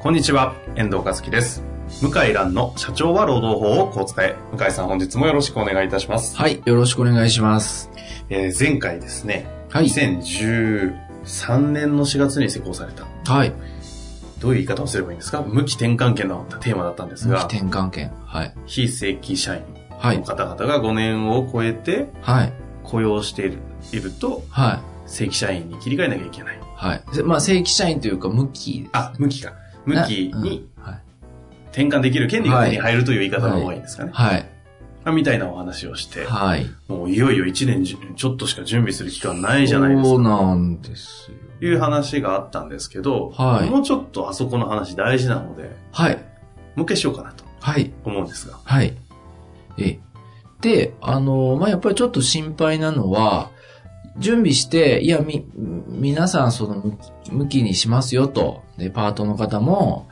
こんにちは、遠藤和樹です。向井蘭の社長は労働法をこう使え。向井さん本日もよろしくお願いいたします。はい、よろしくお願いします。えー前回ですね、はい。 2013年の4月に施行された、はい。どういう言い方をすればいいんですか無期転換権のテーマだったんです無期が、転換権。はい。非正規社員はのい。方々が5年を超えてはい。雇用しているいると、はい。正規社員に切り替えなきゃいけない。はい。まあ、正規社員というか、無期。あ、無期か。無期にな。うんはい。転換できる権利が手に入るという言い方の方がいいんですかね。はい。まあみたいなお話をして、はい。もういよいよ1年じちょっとしか準備する期間ないじゃないですそか。うなんですよ。いう話があったんですけど、はいもうちょっとあそこの話大事なので、はい。もう一回しようかなとはい。思うんですが。はい。ええ。で、あの、まあ、やっぱりちょっと心配なのは、準備して、いや、み、皆さん、その、む向きにしますよと。で、パートの方も、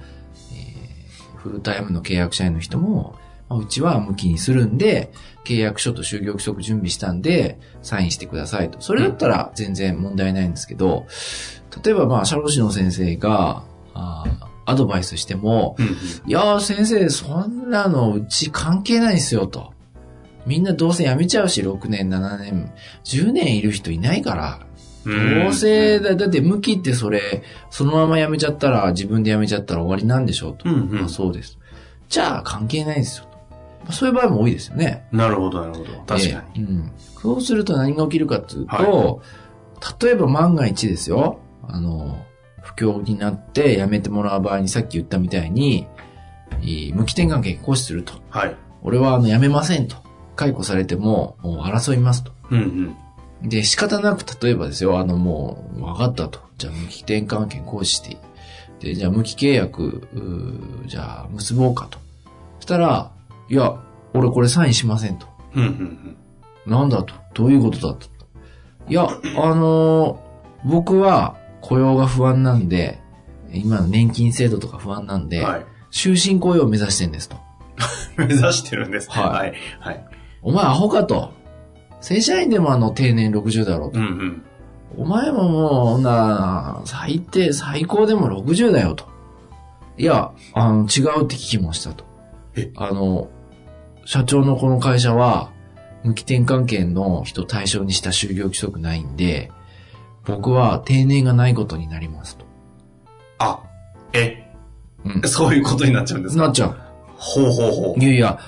えーフルタイムの契約社員の人も、まあうちは向きにするんで、契約書と就業規則準備したんで、サインしてくださいと。それだったら全然問題ないんですけど、例えば、まあ、社労士の先生が、あーアドバイスしても、いやー先生、そんなのうち関係ないですよと。みんなどうせ辞めちゃうし、6年、7年、10年いる人いないから。どうせ、だだって向きってそれ、そのまま辞めちゃったら、自分で辞めちゃったら終わりなんでしょうと。うんうんまあそうです。じゃあ関係ないですよと。まあそういう場合も多いですよね。なるほど、なるほど。確かに、うん。そうすると何が起きるかというと、は例えば万が一ですよ、あの、不況になって辞めてもらう場合にさっき言ったみたいに、えー無期転換権行使すると。に。はい。俺はあの辞めませんと。解雇されても、もう争いますと。うんうん。で、仕方なく、例えばですよ、あのもう、分かったと。じゃあ無期転換権行使していい。で、じゃあ無期契約、うーじゃあ結ぼうかと。そしたら、いや、俺これサインしませんと。うんうんなんだとどういうことだといや、あのー僕は雇用が不安なんで、今の年金制度とか不安なんうん。で、はい。 終身雇用を目指してんですと。目指してるんですね。は。はいはい。お前アホかと。正社員でもあの定年60だろううと。んうん。お前ももう、な、最低、最高でも60だよと。いや、あの、違うって聞きましたとえ。あの、社長のこの会社は、無期転換権の人対象にした就業規則ないんで、僕は定年がないことになりますと。あ、え、うんそういうことになっちゃうんですかなっちゃう。ほうほうほうい。やいや、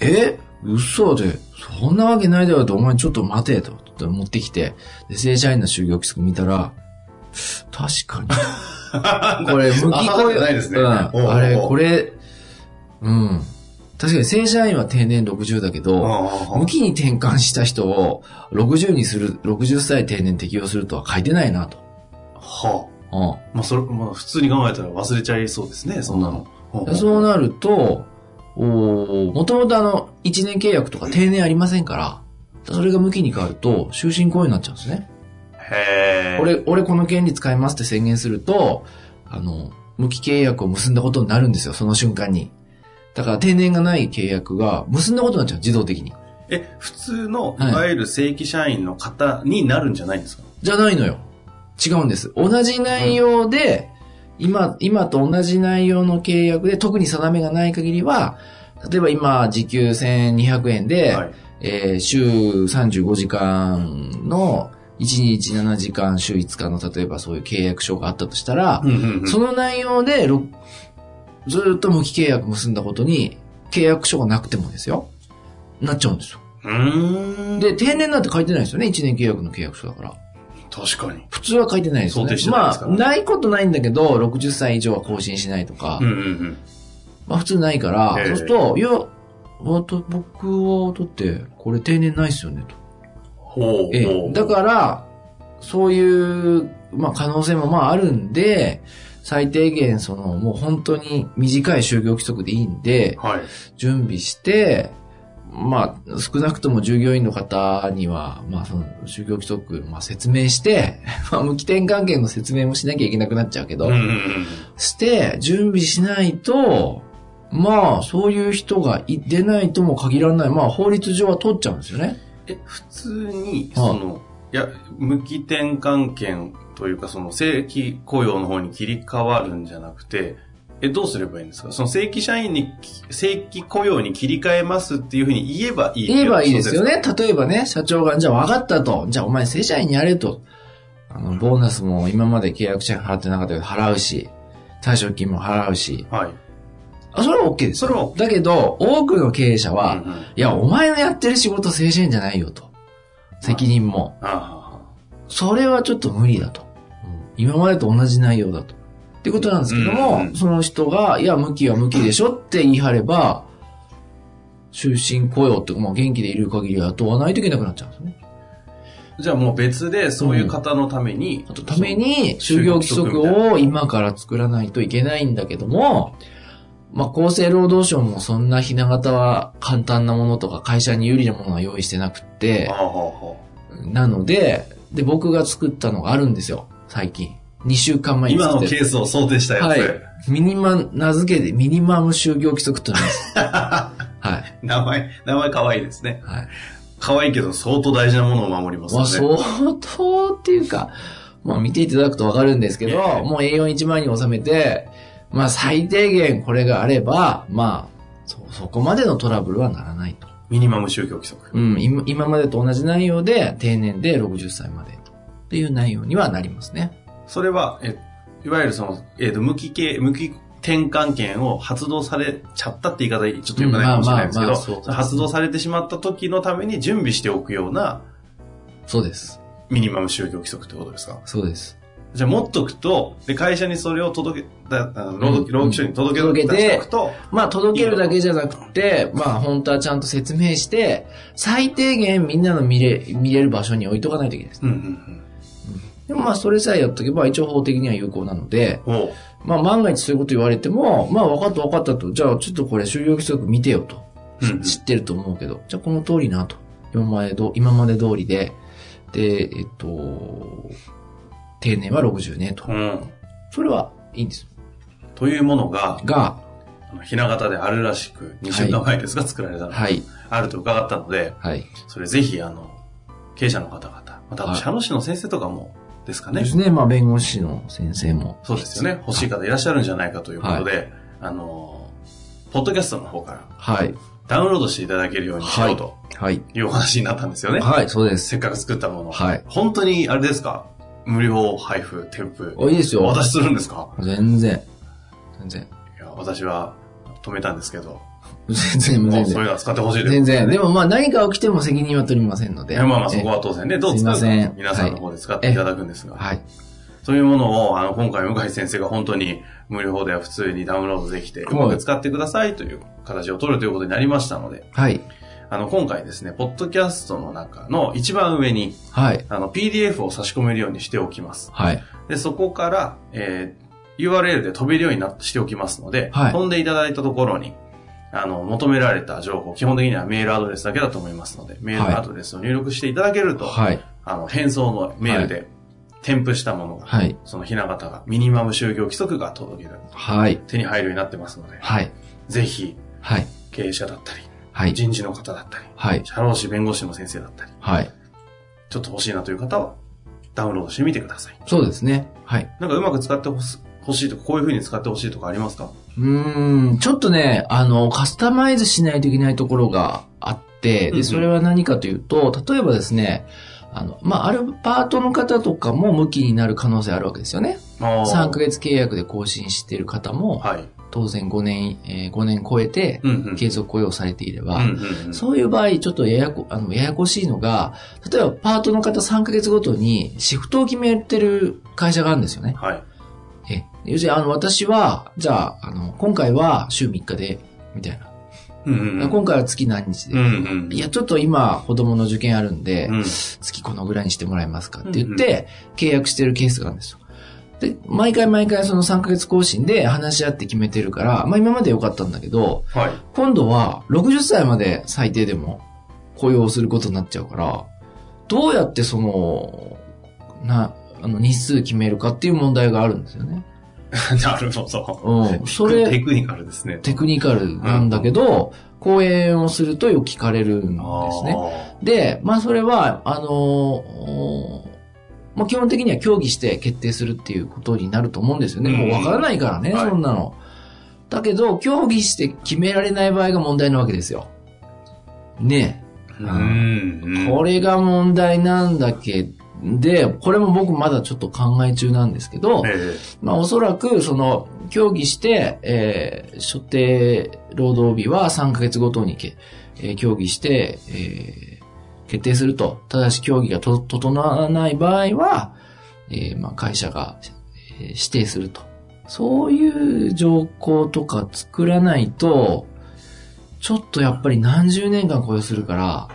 え嘘で、そんなわけないだろうと、お前ちょっと待てと、と持ってきて、で、正社員の就業規則見たら、確か に。これ、無期あ雇じゃ用。ないですねうんおうおうあれ、これ、うん。確かに正社員は定年60だけど、無あ期に転換した人を60にする、60歳定年適用するとは書いてないなと。あ。はうんあ。まあ、それ、まあ、普通に考えたら忘れちゃいそうですね、そんなの。ほほそうなると、もともとあの、1年契約とか定年ありませんから、それが無期に変わると、終身雇用になっちゃうんですね。へえ。俺、俺この権利使いますって宣言すると、あの、無期契約を結んだことになるんですよ、その瞬間に。だから定年がない契約が結んだことになっちゃう、自動的に。え、普通の、いはいわゆる正規社員の方になるんじゃないんですか、じゃないのよ。違うんです。同じ内容で、今、今と同じ内容の契約で、特に定めがない限りは、例えば今、時給1200円で、はい。えー週35時間の1日7時間、週5日の例えばそういう契約書があったとしたら、うんうんうんその内容でろずーっと無期契約結んだことに契約書がなくてもですよ。なっちゃうんですよ。うーん。で、定年なんて書いてないですよね。1年契約の契約書だから。確かに。普通は書いてないですよ想ね定して。ないでますかあ、らねないことないんだけど、60歳以上は更新しないとか、うんうんまあ普通ないから、ええそうすると、いや、わた僕は、だって、これ定年ないっすよね、と。うん。ほう。えほえ、うだから、そういう、まあ、可能性もまああるんで、最低限、その、もう本当に短い就業規則でいいんで、はい。準備して、まあ、少なくとも従業員の方には、まあ、その、就業規則、まあ、説明して、 まあ、無期転換権の説明もしなきゃいけなくなっちゃうけど、うんうんうん。して、準備しないと、まあ、そういう人がい出ないとも限らない。まあ、法律上は取っちゃうんですよね。え、普通に、はいその、いや、無期転換権というか、その正規雇用の方に切り替わるんじゃなくて、え、どうすればいいんですかその正規社員に、正規雇用に切り替えますっていうふうに言えばいい。言えばいいですよね。ね。例えばね、社長が、じゃあ分かったと。じゃあお前正社員やれと。あの、ボーナスも今まで契約者に払ってなかったけど払うし、退職金も払うし。はい。あ、それは OK ですよ。それは OK だけど、多くの経営者は、うんうんいや、お前のやってる仕事正社員じゃないよと。責任も。あそれはちょっと無理だと。今までと同じ内容だと。ってことなんですけども、うんうんその人が、いや、向きは向きでしょって言い張れば、終身雇用って、まあ、元気でいる限りは雇わないといけなくなっちゃうんですね。あじゃあもう別で、そういう方のために、あと、ために、就業規則を今から作らないといけないんだけども、まあ、厚生労働省もそんなひな形は簡単なものとか会社に有利なものは用意してなくってあ、あ、あなので、で、僕が作ったのがあるんですよ、最近。2週間あ前に今作のってケースを想定したやつ。はいミニマン、名付けてミニマム就業規則と言います。 はい。名前、名前可愛いですね。はい。可愛いけど相当大事なものを守りますまあ、よね。相当っていうか、まあ見ていただくとわかるんですけど、ええもう A41 枚に収めて、まあ最低限これがあれば、まあ、そ、そこまでのトラブルはならないと。ミニマム宗教規則。うん、今今までと同じ内容で、定年で60歳までと。っていう内容にはなりますね。それは、え、いわゆるその、えっ、と、無期系、無期転換権を発動されちゃったって言い方、ちょっと良くないかもしれないですけうんまあまあまど、そあそうの発動されてしまった時のために準備しておくようなそうです。ミニマム宗教規則ってことですかそうです。じゃあ持っとくと、で、会社にそれを届け、だあの労働うん労基署に届け届けて出しておくと、まあ、届けるだけじゃなくて、まあ、本当はちゃんと説明して、最低限みんなの見れ、見れる場所に置いとかないといけないです。うんうんでもまあ、それさえやっとけば、一応法的には有効なので、うん。おうまあ、万が一そういうこと言われても、まあ、分かった分かったと、じゃあ、ちょっとこれ、就業規則見てよと。うんうん知ってると思うけど、じゃあ、この通りなと。今までど、今まで通りで、で、えっと、定年は60年とう。ん。それはいいんです。というものが、が、あのひな形であるらしく、2週間前ですが、作られたの、はい、あると伺ったので、はい。それぜひ、あの、経営者の方々、またあとはい社労士の先生とかもですかね、ですね、まあ、弁護士の先生も。そうですよね、欲しい方いらっしゃるんじゃないかということで、あの、ポッドキャストの方からはい。ダウンロードしていただけるようにしようとはい。いうお話になったんですよね。はい、そうです。せっかく作ったもの。はい。本当に、あれですか無料配布、添付。お、いいですよ。私するんですか全然。全然。 いや、私は止めたんですけど、全然、も全うそうい然。うのは使ってほしいです。全然。でもまあ何か起きても責任は取りませんのいで。やまあまあそこは当然ね、どう使うすいませかん皆さんの方で使っていただくんですが。はい。そういうものを、あの、今回、向井先生が本当に無料では普通にダウンロードできて、うはいまく使ってくださいという形を取るということになりましたので、はい。あの、今回ですね、ポッドキャストの中の一番上に、はい。あの、PDF を差し込めるようにしておきます。はい。で、そこから、えー URL で飛べるようになしておきますので、はい飛んでいただいたところに、あの、求められた情報、基本的にはメールアドレスだけだと思いますので、メールアドレスを入力していただけると、はい。あの、返送のメールで、添付したものが、はい。そのひな形が、ミニマム就業規則が届ける、はい。手に入るようになってますので、はい。ぜひ、はい。経営者だったり、はい。人事の方だったり、はい。社労士弁護士の先生だったり、はい。ちょっと欲しいなという方は、ダウンロードしてみてください。そうですね。はい。なんかうまく使ってほす欲しいとか、こういう風に使ってほしいとかありますかうーん、ちょっとね、あの、カスタマイズしないといけないところがあっうて、んうんで、それは何かというと、例えばですね、あの、まあ、アルパートの方とかも向きになる可能性あるわけですよね。3ヶ月。月契約で更新している方も、はい。当然5年、えー5年超えてうんうん。継続雇用されていれば、うんうんうん。そういう場合、ちょっとややこ、あの、ややこしいのが、例えばパートの方3ヶ月ごとにシフトを決めてる会社があるんですよね。はい。え、要するに、あの、私は、じゃあ、あの、今回は週3日で、みたいな。うんうんうん。今回は月何日で、うんうん。いや、ちょっと今、子供の受験あるんで、うん月このぐらいにしてもらえますかって言って、契約してるケースがあるんですよ。で、毎回毎回その3ヶ月更新で話し合って決めてるから、まあ今まで良かったんだけど、はい。 今度は60歳まで最低でも雇用することになっちゃうから、どうやってその、な、あの日数決めるかっていう問題があるんですよね。なるほど。うん。それ、テクニカルですね。テクニカルなんだけど、講演をするとよく聞かれるんですね。ね。で、まあそれは、あのーおーまあ基本的には協議して決定するっていうことになると思うんですよね。うんもうわからないからね、はいそんなの。だけど、協議して決められない場合が問題なわけですよ。ねううんん。え。うこんれが問題なんだけで、これも僕まだちょっと考え中なんですけど、えまあ、おそらく、その、協議して、えー、所定労働日は3ヶ月ごとにけ、えー協議して、えー決定すると。ただし、協議がと整わない場合は、えーまあ、会社が、えー指定すると。そういう条項とか作らないと、ちょっとやっぱり何十年間雇用するから、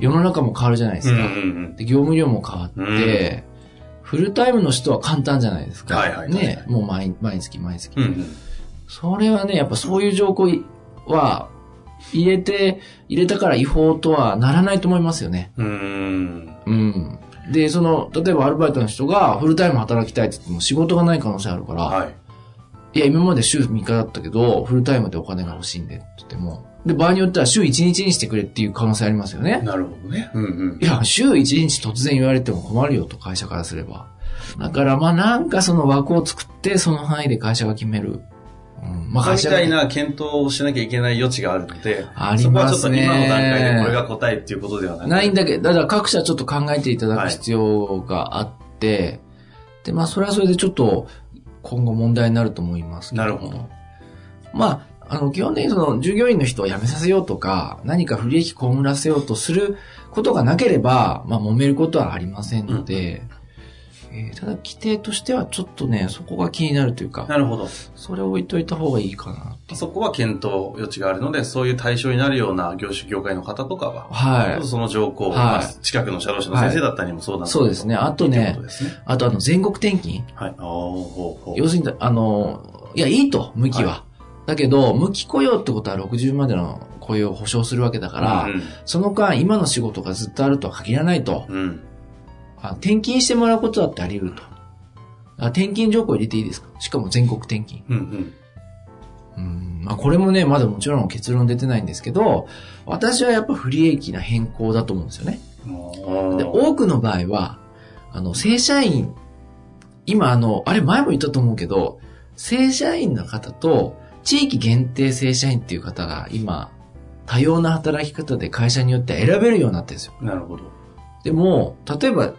世の中も変わるじゃないでえ。うすんか。うんで、業務量も変わって、フルタイムの人は簡単じゃないですか。はいはいはいはいね。もう毎毎月毎月、うん。うんそれはね、やっぱそういう条項は、入れて、入れたから違法とはならないと思いますよね。うん。うん。うん。で、その、例えばアルバイトの人がフルタイム働きたいって言っても仕事がない可能性あるから、はい。い、や、今まで週3日だったけど、フルタイムでお金が欲しいんでって言っても、で、場合によっては週1日にしてくれっていう可能性ありますよね。なるほどね。うんうんい。や、週1日突然言われても困るよと会社からすれば。だからまあなんかその枠を作ってその範囲で会社が決める。うん、まあ他み会社がたいな検討をしなきゃいけない余地があるので、ありそこはまちょっすとね。今の段階でこれが答えっていうことではなくないんだけど、だから各社ちょっと考えていただく必要があって、でまあそれはそれでちょっと今後問題になると思いますけなるほど。まあ、あの、基本的にその従業員の人を辞めさせようとか、何か不利益被らせようとすることがなければ、まあ、揉めることはありませんので、えーただ規定としてはちょっとね、そこが気になるというか、なるほど。それを置いといた方がいいかな。そこは検討余地があるので、そういう対象になるような業種業界の方とかは、はい。その条項を、はいまあ近くの社労士の先生だったりもそうなんそうですね。あとというこねと、ですね。あとあの、全国転勤。はい。ああ、ほうほう。要するに、あの、いや、いいと、無期は。だけど、無期雇用ってことは60までの雇用を保障するわけだから、その間、今の仕事がずっとあるとは限らないと。うん。うん。あ転勤してもらうことだってあり得ると。あ転勤条項入れていいですかしかも全国転勤。うんうん。うん。まあこれもね、まだもちろん結論出てないんですけど、私はやっぱ不利益な変更だと思うんですよね。で、で多くの場合は、あの、正社員、今あの、あれ前も言ったと思うけど、正社員の方と地域限定正社員っていう方が今、多様な働き方で会社によって選べるようになってるんですよ。なるほど。でも、例えば、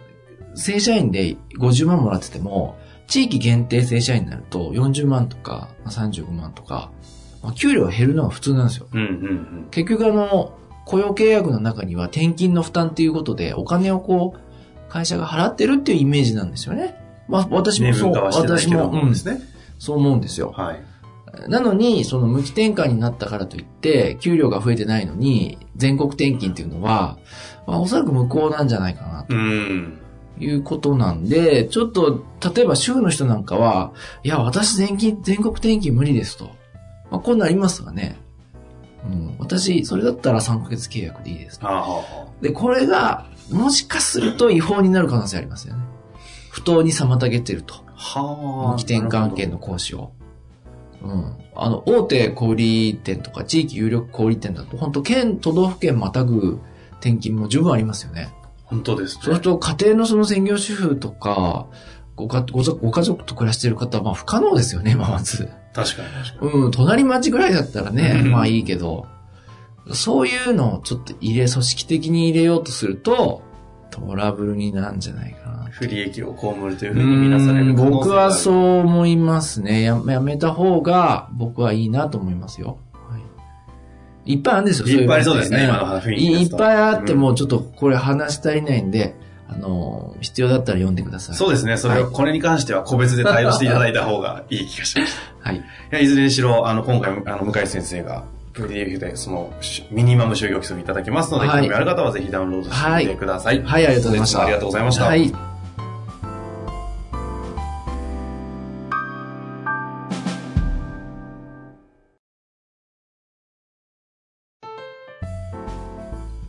正社員で50万もらってても、地域限定正社員になると40万とかまあ35万とか、まあ、給料が減るのが普通なんですよ。うんうん結局あの、雇用契約の中には転勤の負担っていうことで、お金をこう、会社が払ってるっていうイメージなんですよね。まあうん。私名もそ分う、化はしてない私けども、うもんで、すね。そう思うんですよ。はい。なのに、その無期転換になったからといって、給料が増えてないのに、全国転勤っていうのは、まあおそらく無効なんじゃないかなうん。いうことなんで、ちょっと、例えば州の人なんかは、いや、私全勤、全国転勤無理ですと。まあ、こんなんありますがね。うん、私、それだったら3ヶ月契約でいいですと。ああ、ほうほで、これが、もしかすると違法になる可能性ありますよね。不当に妨げてると。うはあ。無期転換権の行使を。うん。あの、大手小売店とか地域有力小売店だと、本当県、都道府県またぐ転勤も十分ありますよね。本当ですね。そうすると家庭のその専業主婦とか、ごかごぞご家族と暮らしてる方はまあ不可能ですよね、まあまず。確かに確かうん、隣町ぐらいだったらね、うんまあいいけど、そういうのをちょっと入れ、組織的に入れようとすると、トラブルになるんじゃないかなに。。不利益を被るといううふうに見なされるん可能性がある僕はそう思いますね。ややめた方が僕はいいなと思いますよ。はい、いっぱいあるんですよ、いっぱいありそそうういですうのね、今の話雰囲気いでいすっとぱいあってうんも、ちょっとこれ話足りないんで、あの、必要だったら読んでください。そうですね。それは、これに関しては個別で対応していただいた方がいい気がします。はい。いや、いずれにしろ、あの、今回、あの、向井先生が PDF でそのミニマム就業基礎にいただきますので、はい興味ある方はぜひダウンロードしてみてください。はい、ありがとうございました。本日もありがとうございました。はい。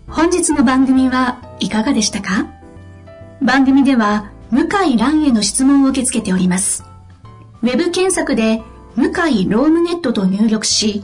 本日の番組はいかがでしたか番組では向井蘭への質問を受け付けております。ウェブ検索で向井ロームネットと入力し、